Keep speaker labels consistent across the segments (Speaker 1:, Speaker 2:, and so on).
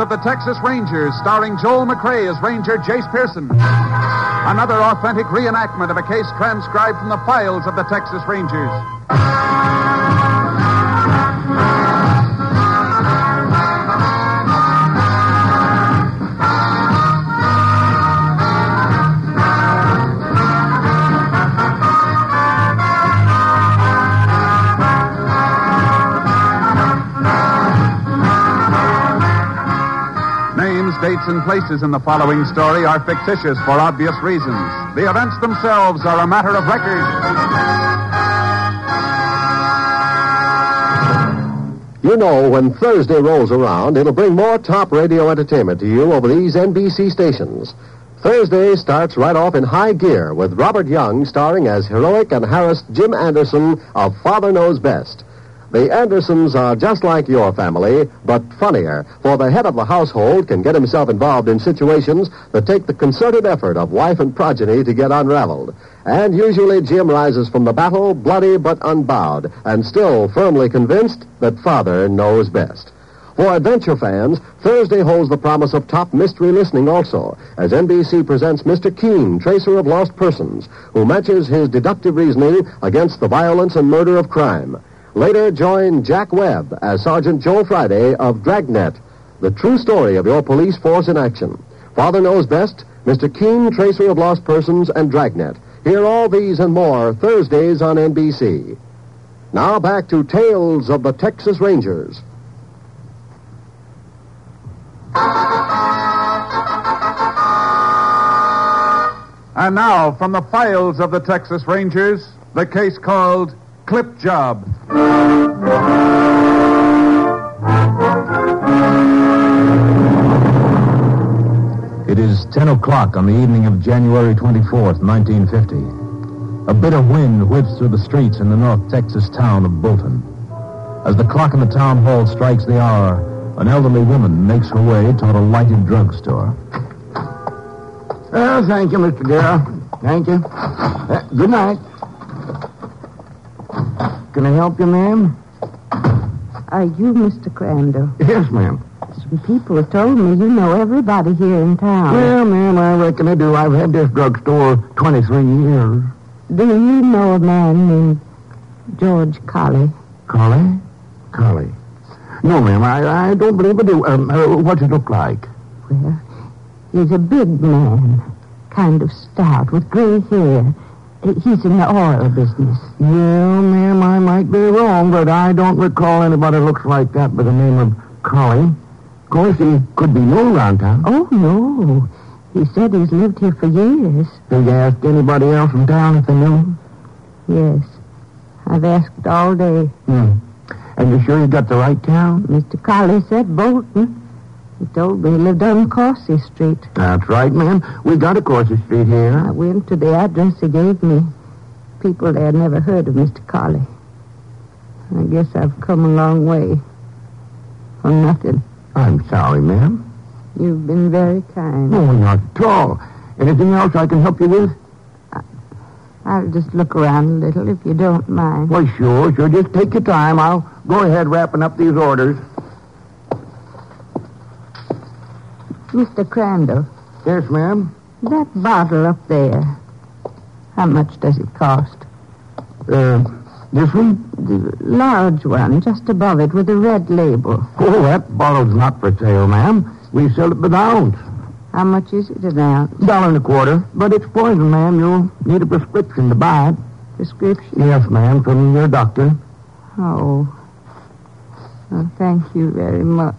Speaker 1: of the Texas Rangers, starring Joel McRae as Ranger Jace Pearson. Another authentic reenactment of a case transcribed from the files of the Texas Rangers. Names, dates, and places in the following story are fictitious for obvious reasons. The events themselves are a matter of record.
Speaker 2: You know, when Thursday rolls around, it'll bring more top radio entertainment to you over these NBC stations. Thursday starts right off in high gear with Robert Young starring as heroic and harassed Jim Anderson of Father Knows Best. The Andersons are just like your family, but funnier, for the head of the household can get himself involved in situations that take the concerted effort of wife and progeny to get unraveled. And usually Jim rises from the battle bloody but unbowed, and still firmly convinced that father knows best. For adventure fans, Thursday holds the promise of top mystery listening also, as NBC presents Mr. Keene, Tracer of Lost Persons, who matches his deductive reasoning against the violence and murder of crime. Later, join Jack Webb as Sergeant Joe Friday of Dragnet, the true story of your police force in action. Father Knows Best, Mr. Keene, Tracer of Lost Persons, and Dragnet. Hear all these and more Thursdays on NBC. Now back to Tales of the Texas Rangers.
Speaker 1: And now, from the files of the Texas Rangers, the case called Clip Job.
Speaker 3: It is 10 o'clock on the evening of January 24th, 1950. A bitter wind whips through the streets in the North Texas town of Bolton. As the clock in the town hall strikes the hour, an elderly woman makes her way toward a lighted drugstore.
Speaker 4: Well, thank you, Mr. Darrow. Thank you. Uh, good night. Can I help you, ma'am?
Speaker 5: Are you Mr. Crandall?
Speaker 4: Yes, ma'am.
Speaker 5: Some people have told me you know everybody here in town.
Speaker 4: Well, ma'am, I reckon I do. I've had this drugstore 23 years.
Speaker 5: Do you know a man named George Collie?
Speaker 4: Collie? Collie. No, ma'am, I, I don't believe I do. Um, uh, what's it look like?
Speaker 5: Well, he's a big man, kind of stout, with gray hair. He- He's in the oil business.
Speaker 4: Yeah, ma'am, I might be wrong, but I don't recall anybody looks like that by the name of Collie. Of course, he could be new around town.
Speaker 5: Oh, no. He said he's lived here for years.
Speaker 4: Did you ask anybody else in town if they knew him?
Speaker 5: Yes. I've asked all day.
Speaker 4: Hmm. And you sure you got the right town?
Speaker 5: Mr. Collie said Bolton. He told me he lived on Corsi Street.
Speaker 4: That's right, ma'am. We got a Corsica Street
Speaker 5: I
Speaker 4: here.
Speaker 5: went to the address he gave me. People there never heard of Mr. Collie. I guess I've come a long way. For nothing.
Speaker 4: I'm sorry, ma'am.
Speaker 5: You've been very kind.
Speaker 4: No, not at all. Anything else I can help you with?
Speaker 5: I'll just look around a little if you don't mind.
Speaker 4: Why, sure, sure. Just take your time. I'll go ahead wrapping up these orders.
Speaker 5: Mr. Crandall,
Speaker 4: Yes, ma'am.
Speaker 5: that bottle up there, how much does it cost?
Speaker 4: Uh, this one?
Speaker 5: The large one, just above it, with a red label.
Speaker 4: Oh, that bottle's not for sale, ma'am. We sell it by the ounce.
Speaker 5: How much is it an ounce?
Speaker 4: Dollar and a quarter. But it's poison, ma'am. You'll need a prescription to buy it.
Speaker 5: Prescription?
Speaker 4: Yes, ma'am, from your doctor.
Speaker 5: Oh. Well, thank you very much.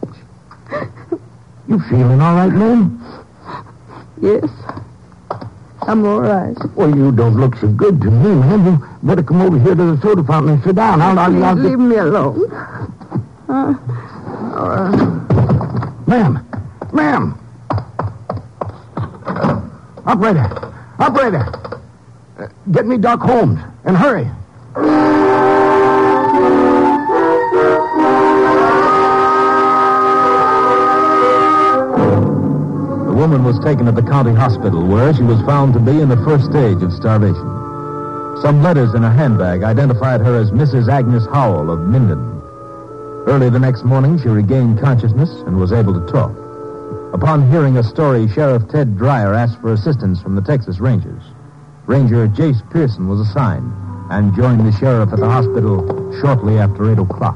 Speaker 4: You feeling all right, ma'am?
Speaker 5: Yes. I'm all right.
Speaker 4: Well, you don't look so good to me, ma'am. You better come over here to the soda fountain and sit down. I'll, I'll, I'll
Speaker 5: Please
Speaker 4: get-
Speaker 5: leave me alone.
Speaker 4: Ma'am. Ma'am. Operator. Operator. Uh, get me Doc Holmes and hurry.
Speaker 3: The woman was taken to the county hospital, where she was found to be in the first stage of starvation. Some letters in her handbag identified her as Mrs. Agnes Howell of Minden. Early the next morning, she regained consciousness and was able to talk. Upon hearing a story, Sheriff Ted Dreyer asked for assistance from the Texas Rangers. Ranger Jace Pearson was assigned and joined the sheriff at the hospital shortly after 8 o'clock.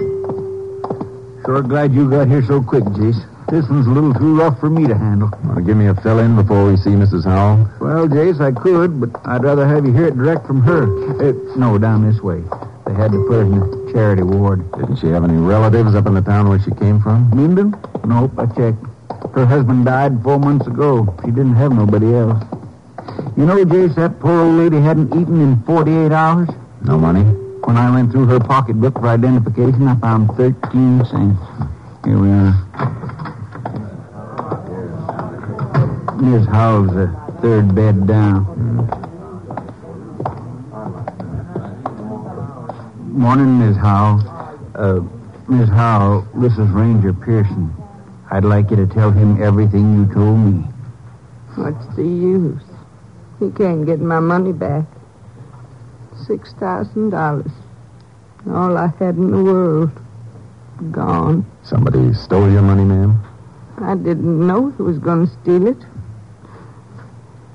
Speaker 4: Sure glad you got here so quick, Jace. This one's a little too rough for me to handle.
Speaker 6: Want to give me a fill in before we see Mrs. Howell?
Speaker 4: Well, Jace, I could, but I'd rather have you hear it direct from her. Uh, no, down this way. They had to put her in the charity ward.
Speaker 6: Didn't she have any relatives up in the town where she came from?
Speaker 4: Minden? Nope, I checked. Her husband died four months ago. She didn't have nobody else. You know, Jace, that poor old lady hadn't eaten in 48 hours.
Speaker 6: No money?
Speaker 4: When I went through her pocketbook for identification, I found 13 cents. Here we are. Miss Howell's the third bed down. Morning, Miss Howell. Uh, Miss Howell, this is Ranger Pearson. I'd like you to tell him everything you told me.
Speaker 5: What's the use? He can't get my money back. Six thousand dollars. All I had in the world. Gone.
Speaker 6: Somebody stole your money, ma'am?
Speaker 5: I didn't know who was going to steal it.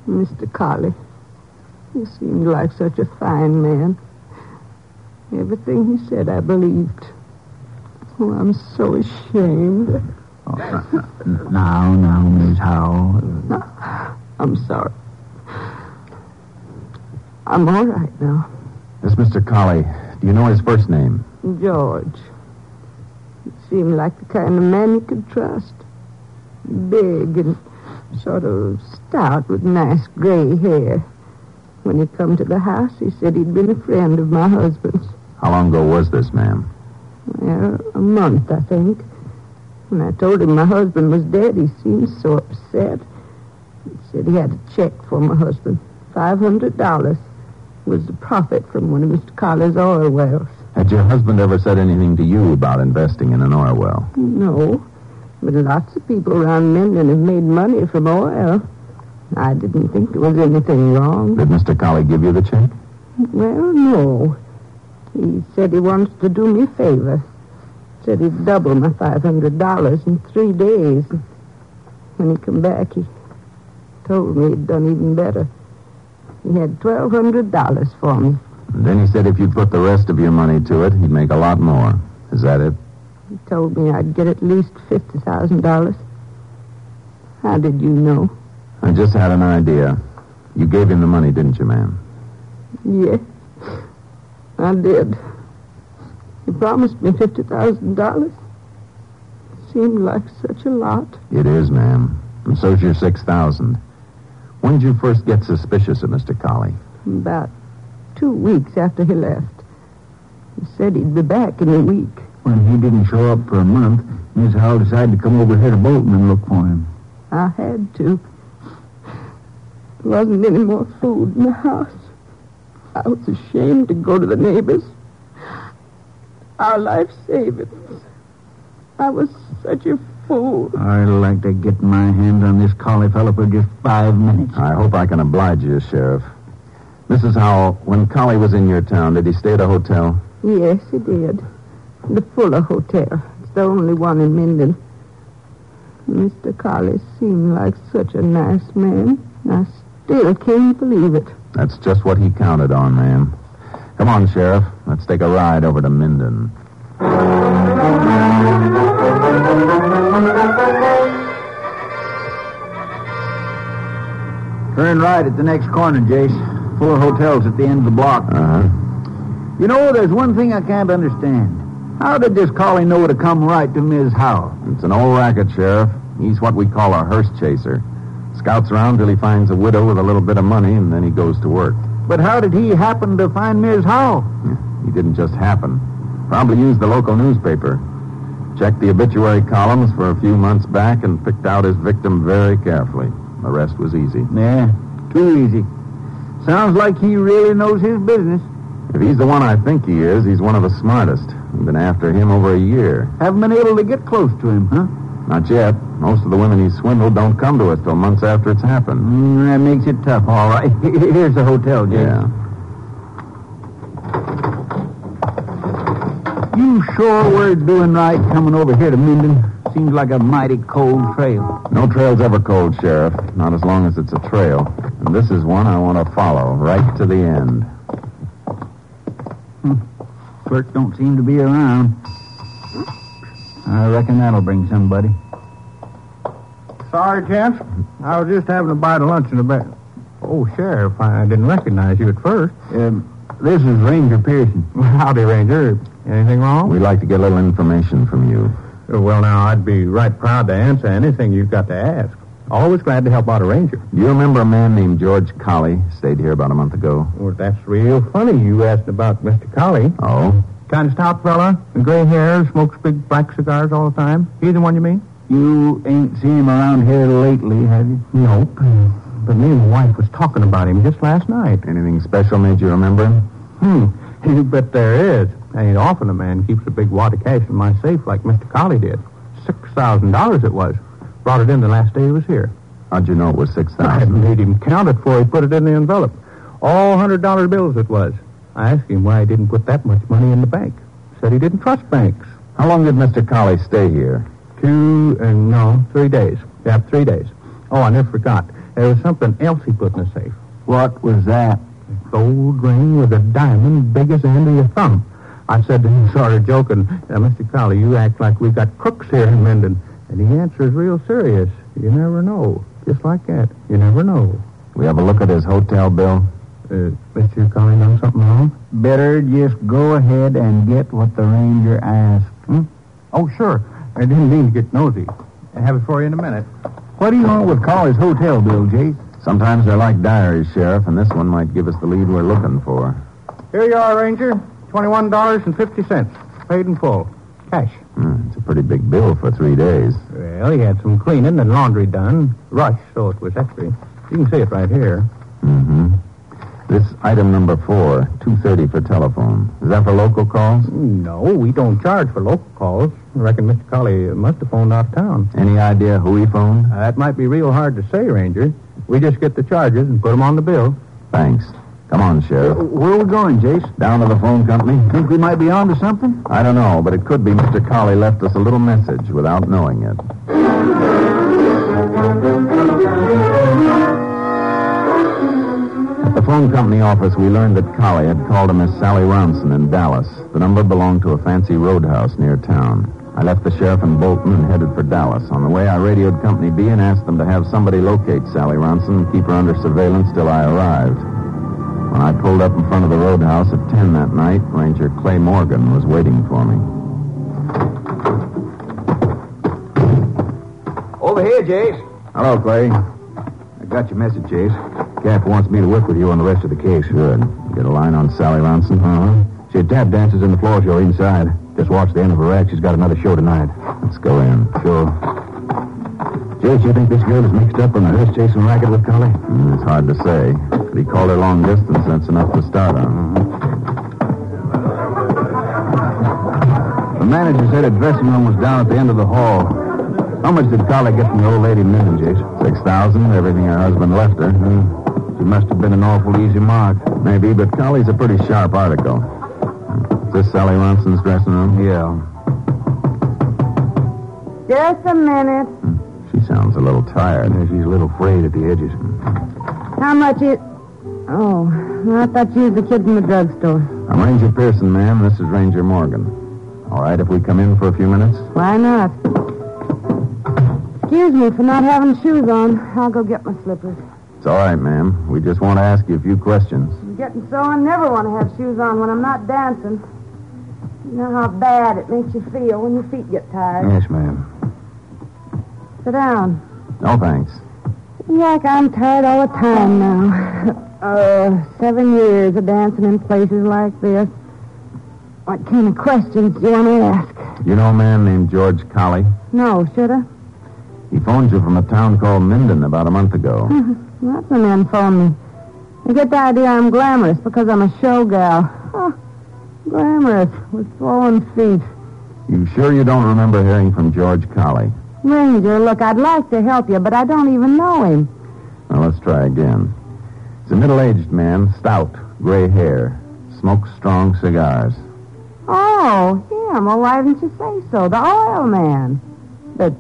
Speaker 5: Mr. Collie. He seemed like such a fine man. Everything he said, I believed. Oh, I'm so ashamed.
Speaker 4: Now, now, Miss Howell.
Speaker 5: I'm sorry. I'm all right now.
Speaker 6: This Mr. Collie, do you know his first name?
Speaker 5: George. He seemed like the kind of man you could trust. Big and sort of stout with nice gray hair. When he come to the house, he said he'd been a friend of my husband's.
Speaker 6: How long ago was this, ma'am?
Speaker 5: Well, a month, I think. When I told him my husband was dead, he seemed so upset. He said he had a check for my husband. Five hundred dollars was the profit from one of Mr. Collier's oil wells.
Speaker 6: Had your husband ever said anything to you about investing in an oil well?
Speaker 5: No, but lots of people around Minden have made money from oil. I didn't think there was anything wrong.
Speaker 6: Did Mr. Collie give you the check?
Speaker 5: Well, no. He said he wants to do me a favor. Said he'd double my five hundred dollars in three days. When he come back, he told me he'd done even better. He had twelve hundred dollars for me.
Speaker 6: And then he said if you'd put the rest of your money to it, he'd make a lot more. Is that it?
Speaker 5: He told me I'd get at least fifty thousand dollars. How did you know?
Speaker 6: I just had an idea. You gave him the money, didn't you, ma'am?
Speaker 5: Yes, I did. He promised me fifty thousand dollars. Seemed like such a lot.
Speaker 6: It is, ma'am. And so's your 6000 When did you first get suspicious of Mr. Collie?
Speaker 5: About two weeks after he left. He said he'd be back in a week.
Speaker 4: When he didn't show up for a month, Miss Howell decided to come over here to Bolton and look for him.
Speaker 5: I had to. There wasn't any more food in the house. I was ashamed to go to the neighbors. Our life savings. I was such a fool.
Speaker 4: I'd like to get my hands on this collie fellow for just five minutes.
Speaker 6: I hope I can oblige you, Sheriff. Mrs. Howell, when Collie was in your town, did he stay at a hotel?
Speaker 5: Yes, he did. The Fuller Hotel. It's the only one in Minden. Mr. Collie seemed like such a nice man. I still can't believe it.
Speaker 6: That's just what he counted on, ma'am. Come on, Sheriff. Let's take a ride over to Minden.
Speaker 4: Turn right at the next corner, Jace. Fuller hotels at the end of the block.
Speaker 6: Uh-huh.
Speaker 4: You know, there's one thing I can't understand. How did this collie know to come right to Miss Howell?
Speaker 6: It's an old racket, Sheriff. He's what we call a hearse chaser. Scouts around till he finds a widow with a little bit of money, and then he goes to work.
Speaker 4: But how did he happen to find Miss Howell?
Speaker 6: He didn't just happen. Probably used the local newspaper. Checked the obituary columns for a few months back and picked out his victim very carefully. The rest was easy.
Speaker 4: Yeah, too easy. Sounds like he really knows his business.
Speaker 6: If he's the one I think he is, he's one of the smartest. We've been after him over a year.
Speaker 4: Haven't been able to get close to him, huh?
Speaker 6: Not yet. Most of the women he swindled don't come to us till months after it's happened.
Speaker 4: Mm, that makes it tough, all right. Here's the hotel, Jake.
Speaker 6: Yeah.
Speaker 4: You sure were doing right coming over here to Minden. Seems like a mighty cold trail.
Speaker 6: No trail's ever cold, Sheriff. Not as long as it's a trail. And this is one I want to follow right to the end.
Speaker 4: Clerk don't seem to be around. I reckon that'll bring somebody.
Speaker 7: Sorry, Chance. I was just having a bite of lunch in the back. Oh, Sheriff, I didn't recognize you at first.
Speaker 4: Um, this is Ranger Pearson.
Speaker 7: Howdy, Ranger. Anything wrong?
Speaker 6: We'd like to get a little information from you.
Speaker 7: Uh, Well, now, I'd be right proud to answer anything you've got to ask. Always glad to help out a ranger.
Speaker 6: You remember a man named George Colley? Stayed here about a month ago.
Speaker 7: Well, that's real funny you asked about Mr. Collie.
Speaker 6: Oh?
Speaker 7: Kind of stout fella, gray hair, smokes big black cigars all the time. He's the one you mean?
Speaker 4: You ain't seen him around here lately, have you?
Speaker 7: Nope. But me and my wife was talking about him just last night.
Speaker 6: Anything special made you remember him?
Speaker 7: Hmm. You bet there is. Ain't often a man keeps a big wad of cash in my safe like Mr. Collie did. Six thousand dollars it was. Brought it in the last day he was here.
Speaker 6: How'd you know it was
Speaker 7: I
Speaker 6: 6000
Speaker 7: made him count it before he put it in the envelope. All hundred dollar bills it was. I asked him why he didn't put that much money in the bank. Said he didn't trust banks.
Speaker 6: How long did Mr. Colley stay here?
Speaker 7: Two uh, no, three days. Yeah, three days. Oh, I never forgot. There was something else he put in the safe.
Speaker 4: What was that?
Speaker 7: gold ring with a diamond big as the end of your thumb. I said to him, sort of joking, "Now, Mr. Collie, you act like we've got crooks here in Minden. And he answers real serious. You never know. Just like that. You never know.
Speaker 6: We have a look at his hotel bill.
Speaker 7: Uh, Mr. Collie know something wrong?
Speaker 4: Better just go ahead and get what the ranger asked.
Speaker 7: Oh, sure. I didn't mean to get nosy. I have it for you in a minute.
Speaker 4: What do you want with Collie's hotel bill, Jake?
Speaker 6: Sometimes they're like diaries, Sheriff, and this one might give us the lead we're looking for.
Speaker 7: Here you are, Ranger. Twenty-one dollars and fifty cents, paid in full, cash.
Speaker 6: Hmm, it's a pretty big bill for three days.
Speaker 7: Well, he had some cleaning and laundry done. Rush, so it was extra. You can see it right here.
Speaker 6: Mm-hmm. This item number four, two thirty for telephone. Is that for local calls?
Speaker 7: No, we don't charge for local calls. I reckon Mr. Colley must have phoned out of town.
Speaker 6: Any idea who he phoned?
Speaker 7: Uh, that might be real hard to say, Ranger. We just get the charges and put them on the bill. Uh,
Speaker 6: Thanks. Come on, Sheriff.
Speaker 4: Where we going, Jace?
Speaker 6: Down to the phone company.
Speaker 4: Think we might be onto something?
Speaker 6: I don't know, but it could be Mr. Colley left us a little message without knowing it. At the phone company office, we learned that Colley had called a Miss Sally Ronson in Dallas. The number belonged to a fancy roadhouse near town. I left the sheriff in Bolton and headed for Dallas. On the way, I radioed Company B and asked them to have somebody locate Sally Ronson and keep her under surveillance till I arrived. When I pulled up in front of the roadhouse at 10 that night, Ranger Clay Morgan was waiting for me.
Speaker 4: Over here, Jace.
Speaker 6: Hello, Clay.
Speaker 4: I got your message, Jace.
Speaker 6: Cap wants me to work with you on the rest of the case. Good. Get a line on Sally Ronson? Uh-huh. She tap dances in the floor show inside. Just watch the end of her act. She's got another show tonight. Let's go in. Sure. Judge, you think this girl is mixed up in a horse chasing racket with Collie? Mm, it's hard to say. But he called her long distance. That's enough to start on.
Speaker 4: The manager said her dressing room was down at the end of the hall. How much did Collie get from the old lady Minden, Jace?
Speaker 6: Six thousand, everything her husband left her. Hmm.
Speaker 4: She must have been an awful easy mark.
Speaker 6: Maybe, but Collie's a pretty sharp article. Is this Sally Ronson's dressing room?
Speaker 4: Yeah.
Speaker 5: Just a minute.
Speaker 6: She sounds a little tired.
Speaker 4: Yeah, she's a little frayed at the edges.
Speaker 5: How much is... Oh, I thought you was the kid from the drugstore.
Speaker 6: I'm Ranger Pearson, ma'am. This is Ranger Morgan. All right, if we come in for a few minutes.
Speaker 5: Why not? Excuse me for not having shoes on. I'll go get my slippers.
Speaker 6: It's all right, ma'am. We just want to ask you a few questions.
Speaker 5: I'm getting so I never want to have shoes on when I'm not dancing. You know how bad it makes you feel when your feet get tired.
Speaker 4: Yes, ma'am.
Speaker 5: Sit down.
Speaker 6: No, thanks.
Speaker 5: Like I'm tired all the time now. uh, seven years of dancing in places like this. What kind of questions do you want to ask?
Speaker 6: You know a man named George Colley?
Speaker 5: No, should I?
Speaker 6: He phoned you from a town called Minden about a month ago.
Speaker 5: Lots of men phone me. They get the idea I'm glamorous because I'm a show gal. Huh. Glamorous with swollen feet.
Speaker 6: you sure you don't remember hearing from George Colley?
Speaker 5: Ranger, look, I'd like to help you, but I don't even know him.
Speaker 6: Now, let's try again. He's a middle-aged man, stout, gray hair, smokes strong cigars.
Speaker 5: Oh, him. Well, why didn't you say so? The oil man. But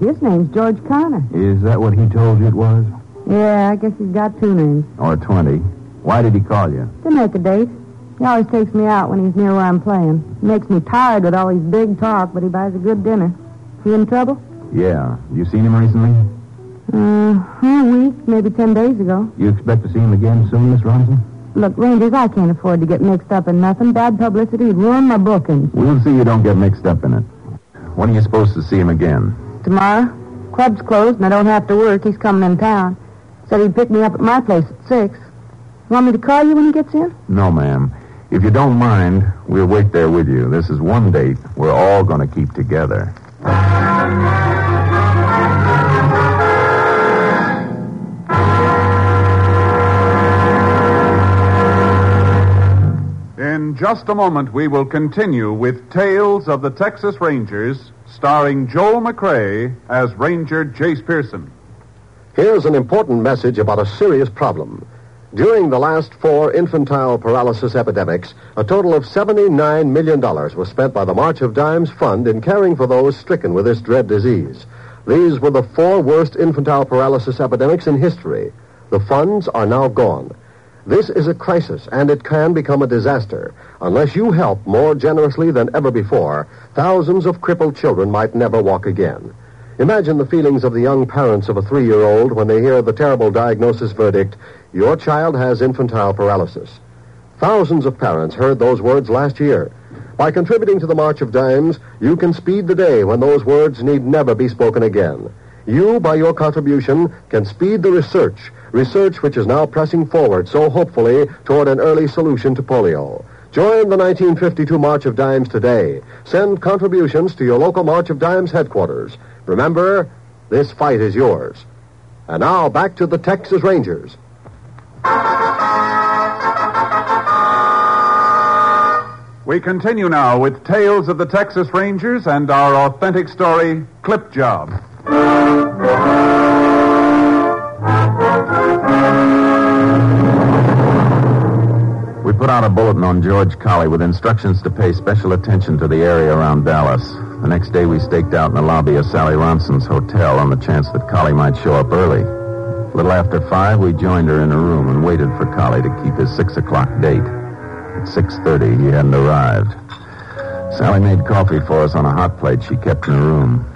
Speaker 5: his name's George Connor.
Speaker 6: Is that what he told you it was?
Speaker 5: Yeah, I guess he's got two names.
Speaker 6: Or 20? Why did he call you?
Speaker 5: To make a date. He always takes me out when he's near where I'm playing. Makes me tired with all his big talk, but he buys a good dinner. You in trouble?
Speaker 6: Yeah. You seen him recently?
Speaker 5: Uh, a week, maybe ten days ago.
Speaker 6: You expect to see him again soon, Miss Ronson?
Speaker 5: Look, Rangers, I can't afford to get mixed up in nothing. Bad publicity would ruin my bookings.
Speaker 6: We'll see you don't get mixed up in it. When are you supposed to see him again?
Speaker 5: Tomorrow, club's closed and I don't have to work. He's coming in town. Said he'd pick me up at my place at six. Want me to call you when he gets in?
Speaker 6: No, ma'am. If you don't mind, we'll wait there with you. This is one date we're all going to keep together.
Speaker 1: In just a moment, we will continue with Tales of the Texas Rangers, starring Joel McRae as Ranger Jace Pearson.
Speaker 2: Here's an important message about a serious problem. During the last four infantile paralysis epidemics, a total of $79 million was spent by the March of Dimes Fund in caring for those stricken with this dread disease. These were the four worst infantile paralysis epidemics in history. The funds are now gone. This is a crisis, and it can become a disaster. Unless you help more generously than ever before, thousands of crippled children might never walk again. Imagine the feelings of the young parents of a three year old when they hear the terrible diagnosis verdict Your child has infantile paralysis. Thousands of parents heard those words last year. By contributing to the March of Dimes, you can speed the day when those words need never be spoken again. You, by your contribution, can speed the research, research which is now pressing forward so hopefully toward an early solution to polio. Join the 1952 March of Dimes today. Send contributions to your local March of Dimes headquarters. Remember, this fight is yours. And now back to the Texas Rangers.
Speaker 1: We continue now with Tales of the Texas Rangers and our authentic story, Clip Job.
Speaker 6: We put out a bulletin on George Colley with instructions to pay special attention to the area around Dallas. The next day, we staked out in the lobby of Sally Ronson's hotel on the chance that Colley might show up early. A little after five, we joined her in her room and waited for Colley to keep his six o'clock date. At six thirty, he hadn't arrived. Sally made coffee for us on a hot plate she kept in her room.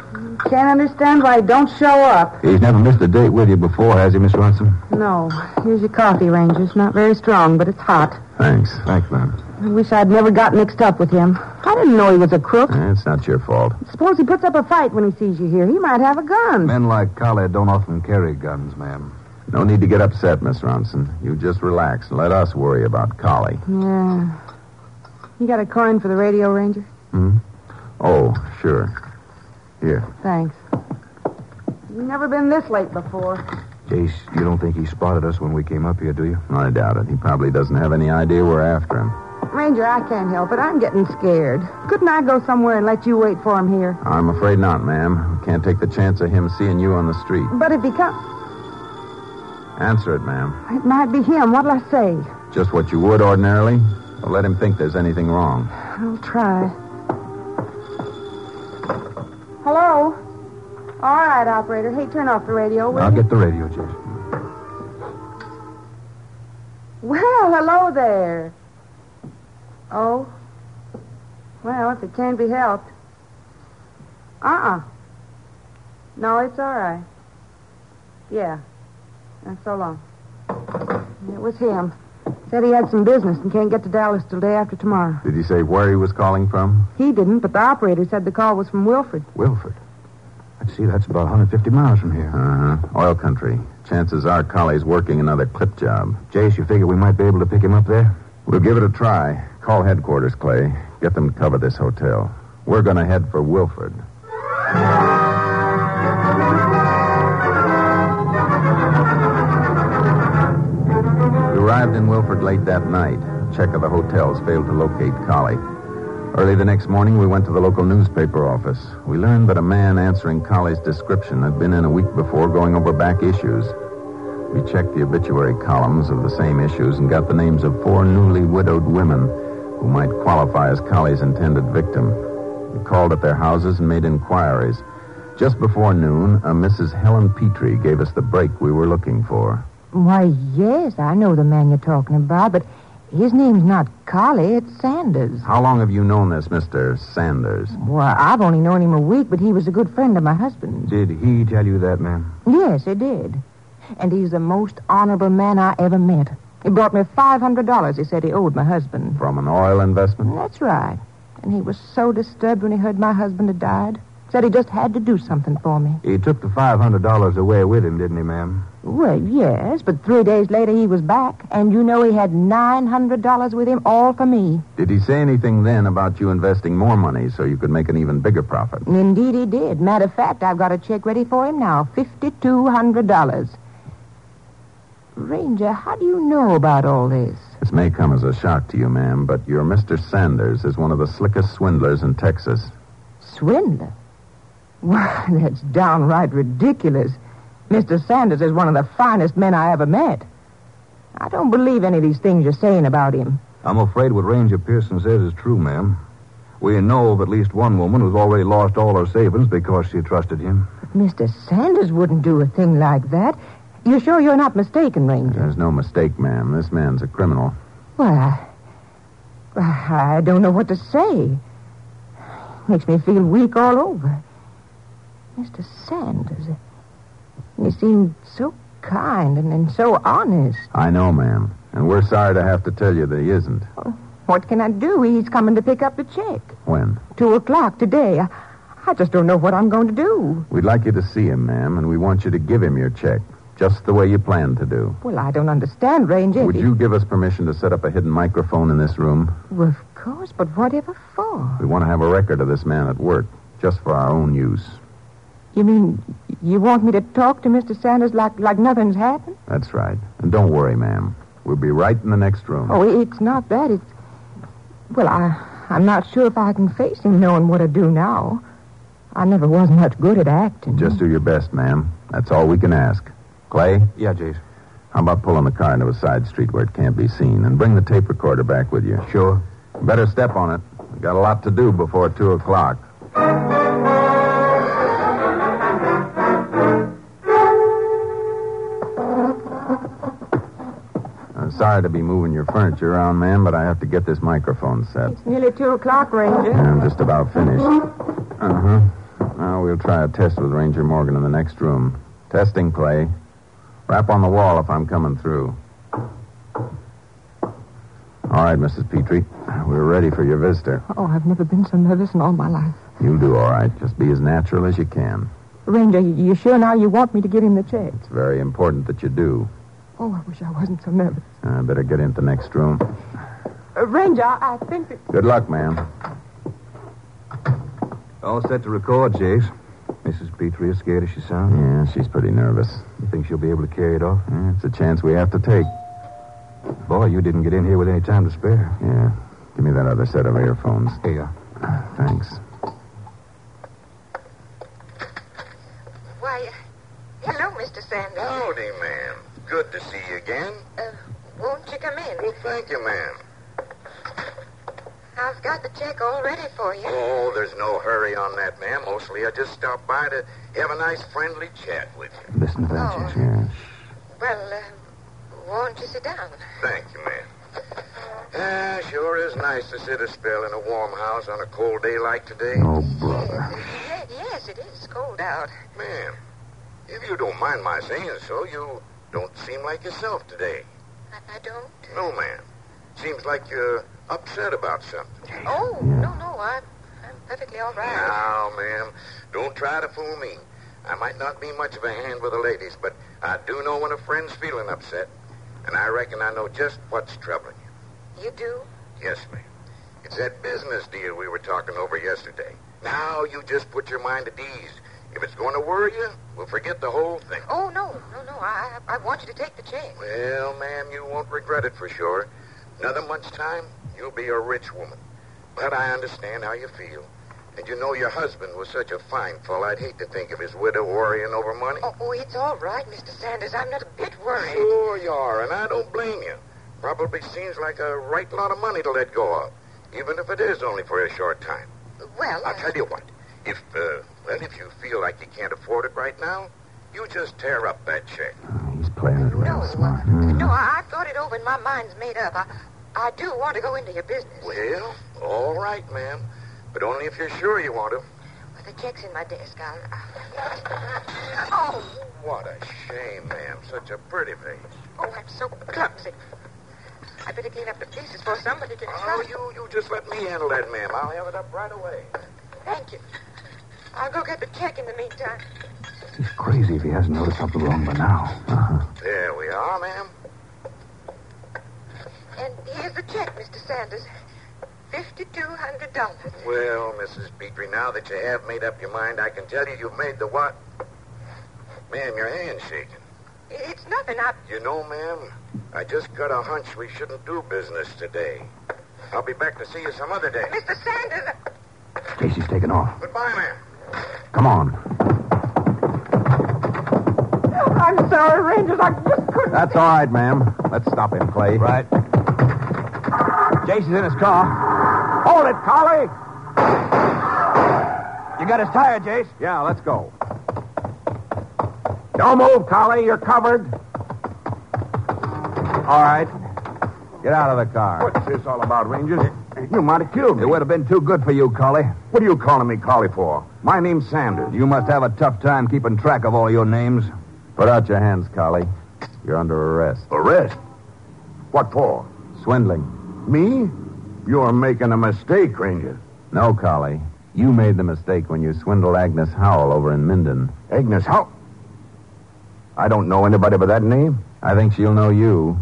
Speaker 5: Can't understand why he don't show up.
Speaker 6: He's never missed a date with you before, has he, Miss Ronson?
Speaker 5: No. Here's your coffee, Rangers. Not very strong, but it's hot.
Speaker 6: Thanks. Thanks, ma'am.
Speaker 5: I wish I'd never got mixed up with him. I didn't know he was a crook.
Speaker 6: Eh, It's not your fault.
Speaker 5: Suppose he puts up a fight when he sees you here. He might have a gun.
Speaker 6: Men like Collie don't often carry guns, ma'am. No need to get upset, Miss Ronson. You just relax and let us worry about Collie.
Speaker 5: Yeah. You got a coin for the radio, Ranger?
Speaker 6: Oh, sure. Here.
Speaker 5: Thanks. You've never been this late before.
Speaker 6: Jase, you don't think he spotted us when we came up here, do you? I doubt it. He probably doesn't have any idea we're after him.
Speaker 5: Ranger, I can't help it. I'm getting scared. Couldn't I go somewhere and let you wait for him here?
Speaker 6: I'm afraid not, ma'am. We can't take the chance of him seeing you on the street.
Speaker 5: But if he comes,
Speaker 6: Answer it, ma'am.
Speaker 5: it might be him. What'll I say?
Speaker 6: Just what you would ordinarily. Don't let him think there's anything wrong.
Speaker 5: I'll try. Hello? All right, operator. Hey, turn off the radio. will
Speaker 6: I'll
Speaker 5: you?
Speaker 6: get the radio, Jase.
Speaker 5: Well, hello there. Oh? Well, if it can be helped. Uh-uh. No, it's all right. Yeah. Uh, so long. It was him. Said he had some business and can't get to Dallas till day after tomorrow.
Speaker 6: Did he say where he was calling from?
Speaker 5: He didn't, but the operator said the call was from Wilford.
Speaker 6: Wilford. Let's see, that's about 150 miles from here. Uh-huh. Oil country. Chances are Collie's working another clip job. Jase, you figure we might be able to pick him up there? We'll give it a try. Call headquarters, Clay. Get them to cover this hotel. We're going to head for Wilford. We arrived in Wilford late that night. Check of the hotels failed to locate Collie. Early the next morning, we went to the local newspaper office. We learned that a man answering Collie's description had been in a week before going over back issues. We checked the obituary columns of the same issues and got the names of four newly widowed women who might qualify as Collie's intended victim. We called at their houses and made inquiries. Just before noon, a Mrs. Helen Petrie gave us the break we were looking for.
Speaker 8: Why, yes, I know the man you're talking about, but his name's not Collie, it's Sanders.
Speaker 6: How long have you known this Mr. Sanders?
Speaker 8: Well, I've only known him a week, but he was a good friend of my husband's.
Speaker 6: Did he tell you that, ma'am?
Speaker 8: Yes, he did. And he's the most honorable man I ever met. He brought me $500 he said he owed my husband.
Speaker 6: From an oil investment?
Speaker 8: That's right. And he was so disturbed when he heard my husband had died. Said he just had to do something for me.
Speaker 6: He took the $500 away with him, didn't he, ma'am?
Speaker 8: Well, yes, but three days later he was back, and you know he had $900 with him, all for me.
Speaker 6: Did he say anything then about you investing more money so you could make an even bigger profit?
Speaker 8: Indeed, he did. Matter of fact, I've got a check ready for him now $5,200. Ranger, how do you know about all this?
Speaker 6: This may come as a shock to you, ma'am, but your Mr. Sanders is one of the slickest swindlers in Texas.
Speaker 8: Swindler? Why, that's downright ridiculous. Mr. Sanders is one of the finest men I ever met. I don't believe any of these things you're saying about him.
Speaker 9: I'm afraid what Ranger Pearson says is true, ma'am. We know of at least one woman who's already lost all her savings because she trusted him.
Speaker 8: Mr. Sanders wouldn't do a thing like that. You're sure you're not mistaken, Ranger?
Speaker 6: There's no mistake, ma'am. This man's a criminal.
Speaker 8: Well, I, well, I don't know what to say. Makes me feel weak all over. Mr. Sanders. He seemed so kind and, and so honest.
Speaker 6: I know, ma'am. And we're sorry to have to tell you that he isn't.
Speaker 8: What can I do? He's coming to pick up the check.
Speaker 6: When?
Speaker 8: Two o'clock today. I, I just don't know what I'm going to do.
Speaker 6: We'd like you to see him, ma'am, and we want you to give him your check, just the way you planned to do.
Speaker 8: Well, I don't understand, Ranger.
Speaker 6: Would you give us permission to set up a hidden microphone in this room?
Speaker 8: Well, of course, but whatever for?
Speaker 6: We want to have a record of this man at work, just for our own use.
Speaker 8: You mean you want me to talk to Mr. Sanders like, like nothing's happened?
Speaker 6: That's right. And don't worry, ma'am. We'll be right in the next room.
Speaker 8: Oh, it's not that. It's. Well, I, I'm not sure if I can face him knowing what I do now. I never was much good at acting.
Speaker 6: Just do your best, ma'am. That's all we can ask. Clay?
Speaker 9: Yeah, Jace.
Speaker 6: How about pulling the car into a side street where it can't be seen and bring the tape recorder back with you?
Speaker 9: Sure.
Speaker 6: Better step on it. We've got a lot to do before 2 o'clock. I'm Uh, sorry to be moving your furniture around, ma'am, but I have to get this microphone set.
Speaker 8: It's nearly two o'clock, Ranger.
Speaker 6: Yeah, I'm just about finished. Uh huh. Now we'll try a test with Ranger Morgan in the next room. Testing play. Rap on the wall if I'm coming through. All right, Mrs. Petrie. We're ready for your visitor.
Speaker 8: Oh, I've never been so nervous in all my life.
Speaker 6: You'll do all right. Just be as natural as you can.
Speaker 8: Ranger, you sure now you want me to give him the check?
Speaker 6: It's very important that you do.
Speaker 8: Oh, I wish I wasn't so nervous.
Speaker 6: I better get into the next room.
Speaker 8: Uh, Ranger, I think that...
Speaker 6: Good luck, ma'am.
Speaker 9: All set to record, Jace. Mrs. Petrie is scared as she sounds.
Speaker 6: Yeah, she's pretty nervous.
Speaker 9: You think she'll be able to carry it off?
Speaker 6: Yeah, it's a chance we have to take.
Speaker 9: Boy, you didn't get in here with any time to spare.
Speaker 6: Yeah. Give me that other set of earphones.
Speaker 9: Here.
Speaker 6: Thanks.
Speaker 10: Why, uh, hello, Mr. Sanders.
Speaker 11: Howdy, ma'am. Good to see you again.
Speaker 10: Uh, won't you come in?
Speaker 11: Well, thank you, ma'am.
Speaker 10: I've got the check all ready for you.
Speaker 11: Oh, there's no hurry on that, ma'am. Mostly I just stopped by to have a nice friendly chat with you.
Speaker 6: Listen to that,
Speaker 10: Oh.
Speaker 6: Jack. Yeah.
Speaker 10: Well, uh, won't you sit down?
Speaker 11: Thank you, ma'am. Ah, sure is nice to sit a spell in a warm house on a cold day like today.
Speaker 6: Oh, brother.
Speaker 10: Yes, yes, it is cold out.
Speaker 11: Ma'am, if you don't mind my saying so, you don't seem like yourself today.
Speaker 10: I, I don't.
Speaker 11: No, ma'am. Seems like you're upset about something.
Speaker 10: Oh, no, no, I'm, I'm perfectly all right.
Speaker 11: Now, ma'am, don't try to fool me. I might not be much of a hand with the ladies, but I do know when a friend's feeling upset, and I reckon I know just what's troubling you.
Speaker 10: You do?
Speaker 11: Yes, ma'am. It's that business deal we were talking over yesterday. Now you just put your mind at ease. If it's going to worry you, we'll forget the whole thing.
Speaker 10: Oh, no, no, no, I, I I want you to take the check.
Speaker 11: Well, ma'am, you won't regret it for sure. Another month's time, you'll be a rich woman. But I understand how you feel. And you know your husband was such a fine fellow. I'd hate to think of his widow worrying over money.
Speaker 10: Oh, oh, it's all right, Mr. Sanders. I'm not a bit worried.
Speaker 11: Sure you are, and I don't blame you. Probably seems like a right lot of money to let go of, even if it is only for a short time.
Speaker 10: Well,
Speaker 11: I'll
Speaker 10: uh,
Speaker 11: tell you what. If, uh, well, if you feel like you can't afford it right now, you just tear up that check.
Speaker 6: He's playing it real smart.
Speaker 10: uh, No, I, I've thought it over and my mind's made up. I, I do want to go into your business.
Speaker 11: Well, all right, ma'am. But only if you're sure you want to.
Speaker 10: But the check's in my desk. I'll,
Speaker 11: Oh! What a shame, ma'am. Such a pretty face.
Speaker 10: oh, I'm so clumsy. I better clean up the pieces before somebody gets
Speaker 11: Oh,
Speaker 10: hurt.
Speaker 11: you, you just let me handle that, ma'am. I'll have it up right away.
Speaker 10: Thank you. I'll go get the check in the meantime.
Speaker 6: He's crazy if he hasn't noticed something wrong by now. Uh-huh.
Speaker 11: There we are, ma'am.
Speaker 10: And here's the check, Mr. Sanders. $5,200.
Speaker 11: Well, Mrs. Petrie, now that you have made up your mind, I can tell you you've made the what? Ma'am, your hand's shaking.
Speaker 10: It's nothing. I...
Speaker 11: You know, ma'am, I just got a hunch we shouldn't do business today. I'll be back to see you some other day.
Speaker 10: Mr. Sanders!
Speaker 6: Casey's taken off.
Speaker 11: Goodbye, ma'am.
Speaker 6: Come on.
Speaker 8: I'm sorry, Rangers. I just couldn't.
Speaker 6: That's all right, ma'am. Let's stop him, Clay. Right. Jason's in his car. Hold it, Collie! You got his tire, Jace? Yeah, let's go. Don't move, Collie. You're covered. All right. Get out of the car.
Speaker 9: What's this all about, Rangers? You might have killed me. It would have been too good for you, Collie. What are you calling me Collie for?
Speaker 6: My name's Sanders. You must have a tough time keeping track of all your names. Put out your hands, Collie. You're under arrest.
Speaker 9: Arrest? What for?
Speaker 6: Swindling.
Speaker 9: Me? You're making a mistake, Ranger.
Speaker 6: No, Collie. You made the mistake when you swindled Agnes Howell over in Minden.
Speaker 9: Agnes, how? I don't know anybody by that name.
Speaker 6: I think she'll know you.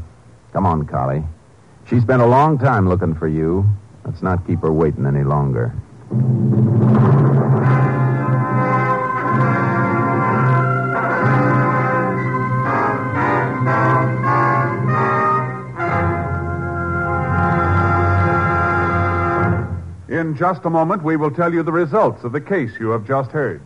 Speaker 6: Come on, Collie. She spent a long time looking for you. Let's not keep her waiting any longer.
Speaker 1: In just a moment, we will tell you the results of the case you have just heard.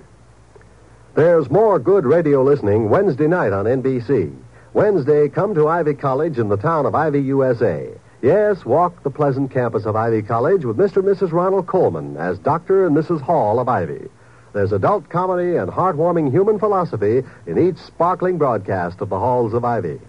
Speaker 2: There's more good radio listening Wednesday night on NBC. Wednesday, come to Ivy College in the town of Ivy, USA. Yes, walk the pleasant campus of Ivy College with Mr. and Mrs. Ronald Coleman as Dr. and Mrs. Hall of Ivy. There's adult comedy and heartwarming human philosophy in each sparkling broadcast of the halls of Ivy.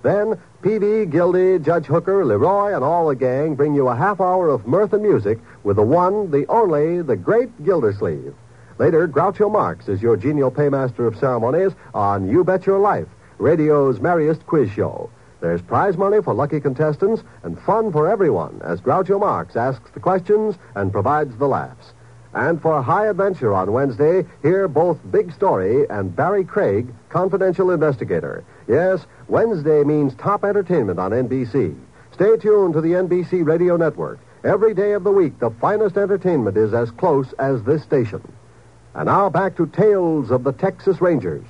Speaker 2: Then, P.B., Gildy, Judge Hooker, Leroy, and all the gang bring you a half hour of mirth and music with the one, the only, the great Gildersleeve. Later, Groucho Marx is your genial paymaster of ceremonies on You Bet Your Life, radio's merriest quiz show. There's prize money for lucky contestants and fun for everyone as Groucho Marx asks the questions and provides the laughs. And for High Adventure on Wednesday, hear both Big Story and Barry Craig, confidential investigator. Yes, Wednesday means top entertainment on NBC. Stay tuned to the NBC Radio Network. Every day of the week, the finest entertainment is as close as this station. And now back to Tales of the Texas Rangers.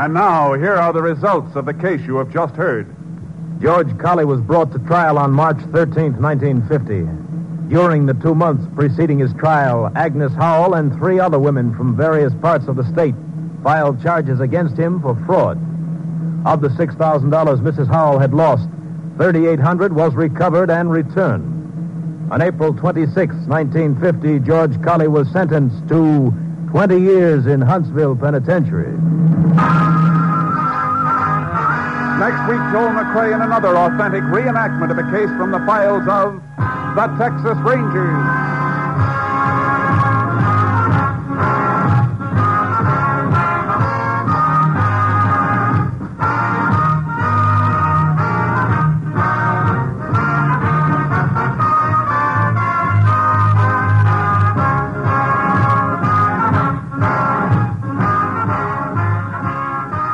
Speaker 1: And now, here are the results of the case you have just heard.
Speaker 3: George Colley was brought to trial on March 13, 1950. During the two months preceding his trial, Agnes Howell and three other women from various parts of the state filed charges against him for fraud. Of the $6,000 Mrs. Howell had lost, 3800 was recovered and returned. On April 26, 1950, George Colley was sentenced to 20 years in Huntsville Penitentiary.
Speaker 1: Next week, Joel McRae in another authentic reenactment of a case from the files of the Texas Rangers.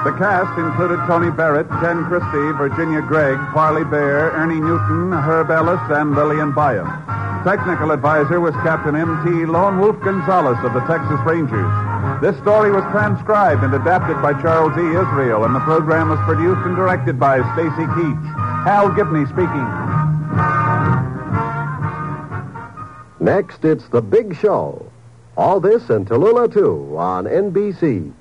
Speaker 1: The cast included Tony Barrett, Ken Christie, Virginia Gregg, Parley Bear, Ernie Newton, Herb Ellis, and Lillian Byam. Technical advisor was Captain M.T. Lone Wolf Gonzalez of the Texas Rangers. This story was transcribed and adapted by Charles E. Israel, and the program was produced and directed by Stacy Keach. Hal Gibney speaking.
Speaker 2: Next, it's The Big Show. All this and Tallulah, too, on NBC.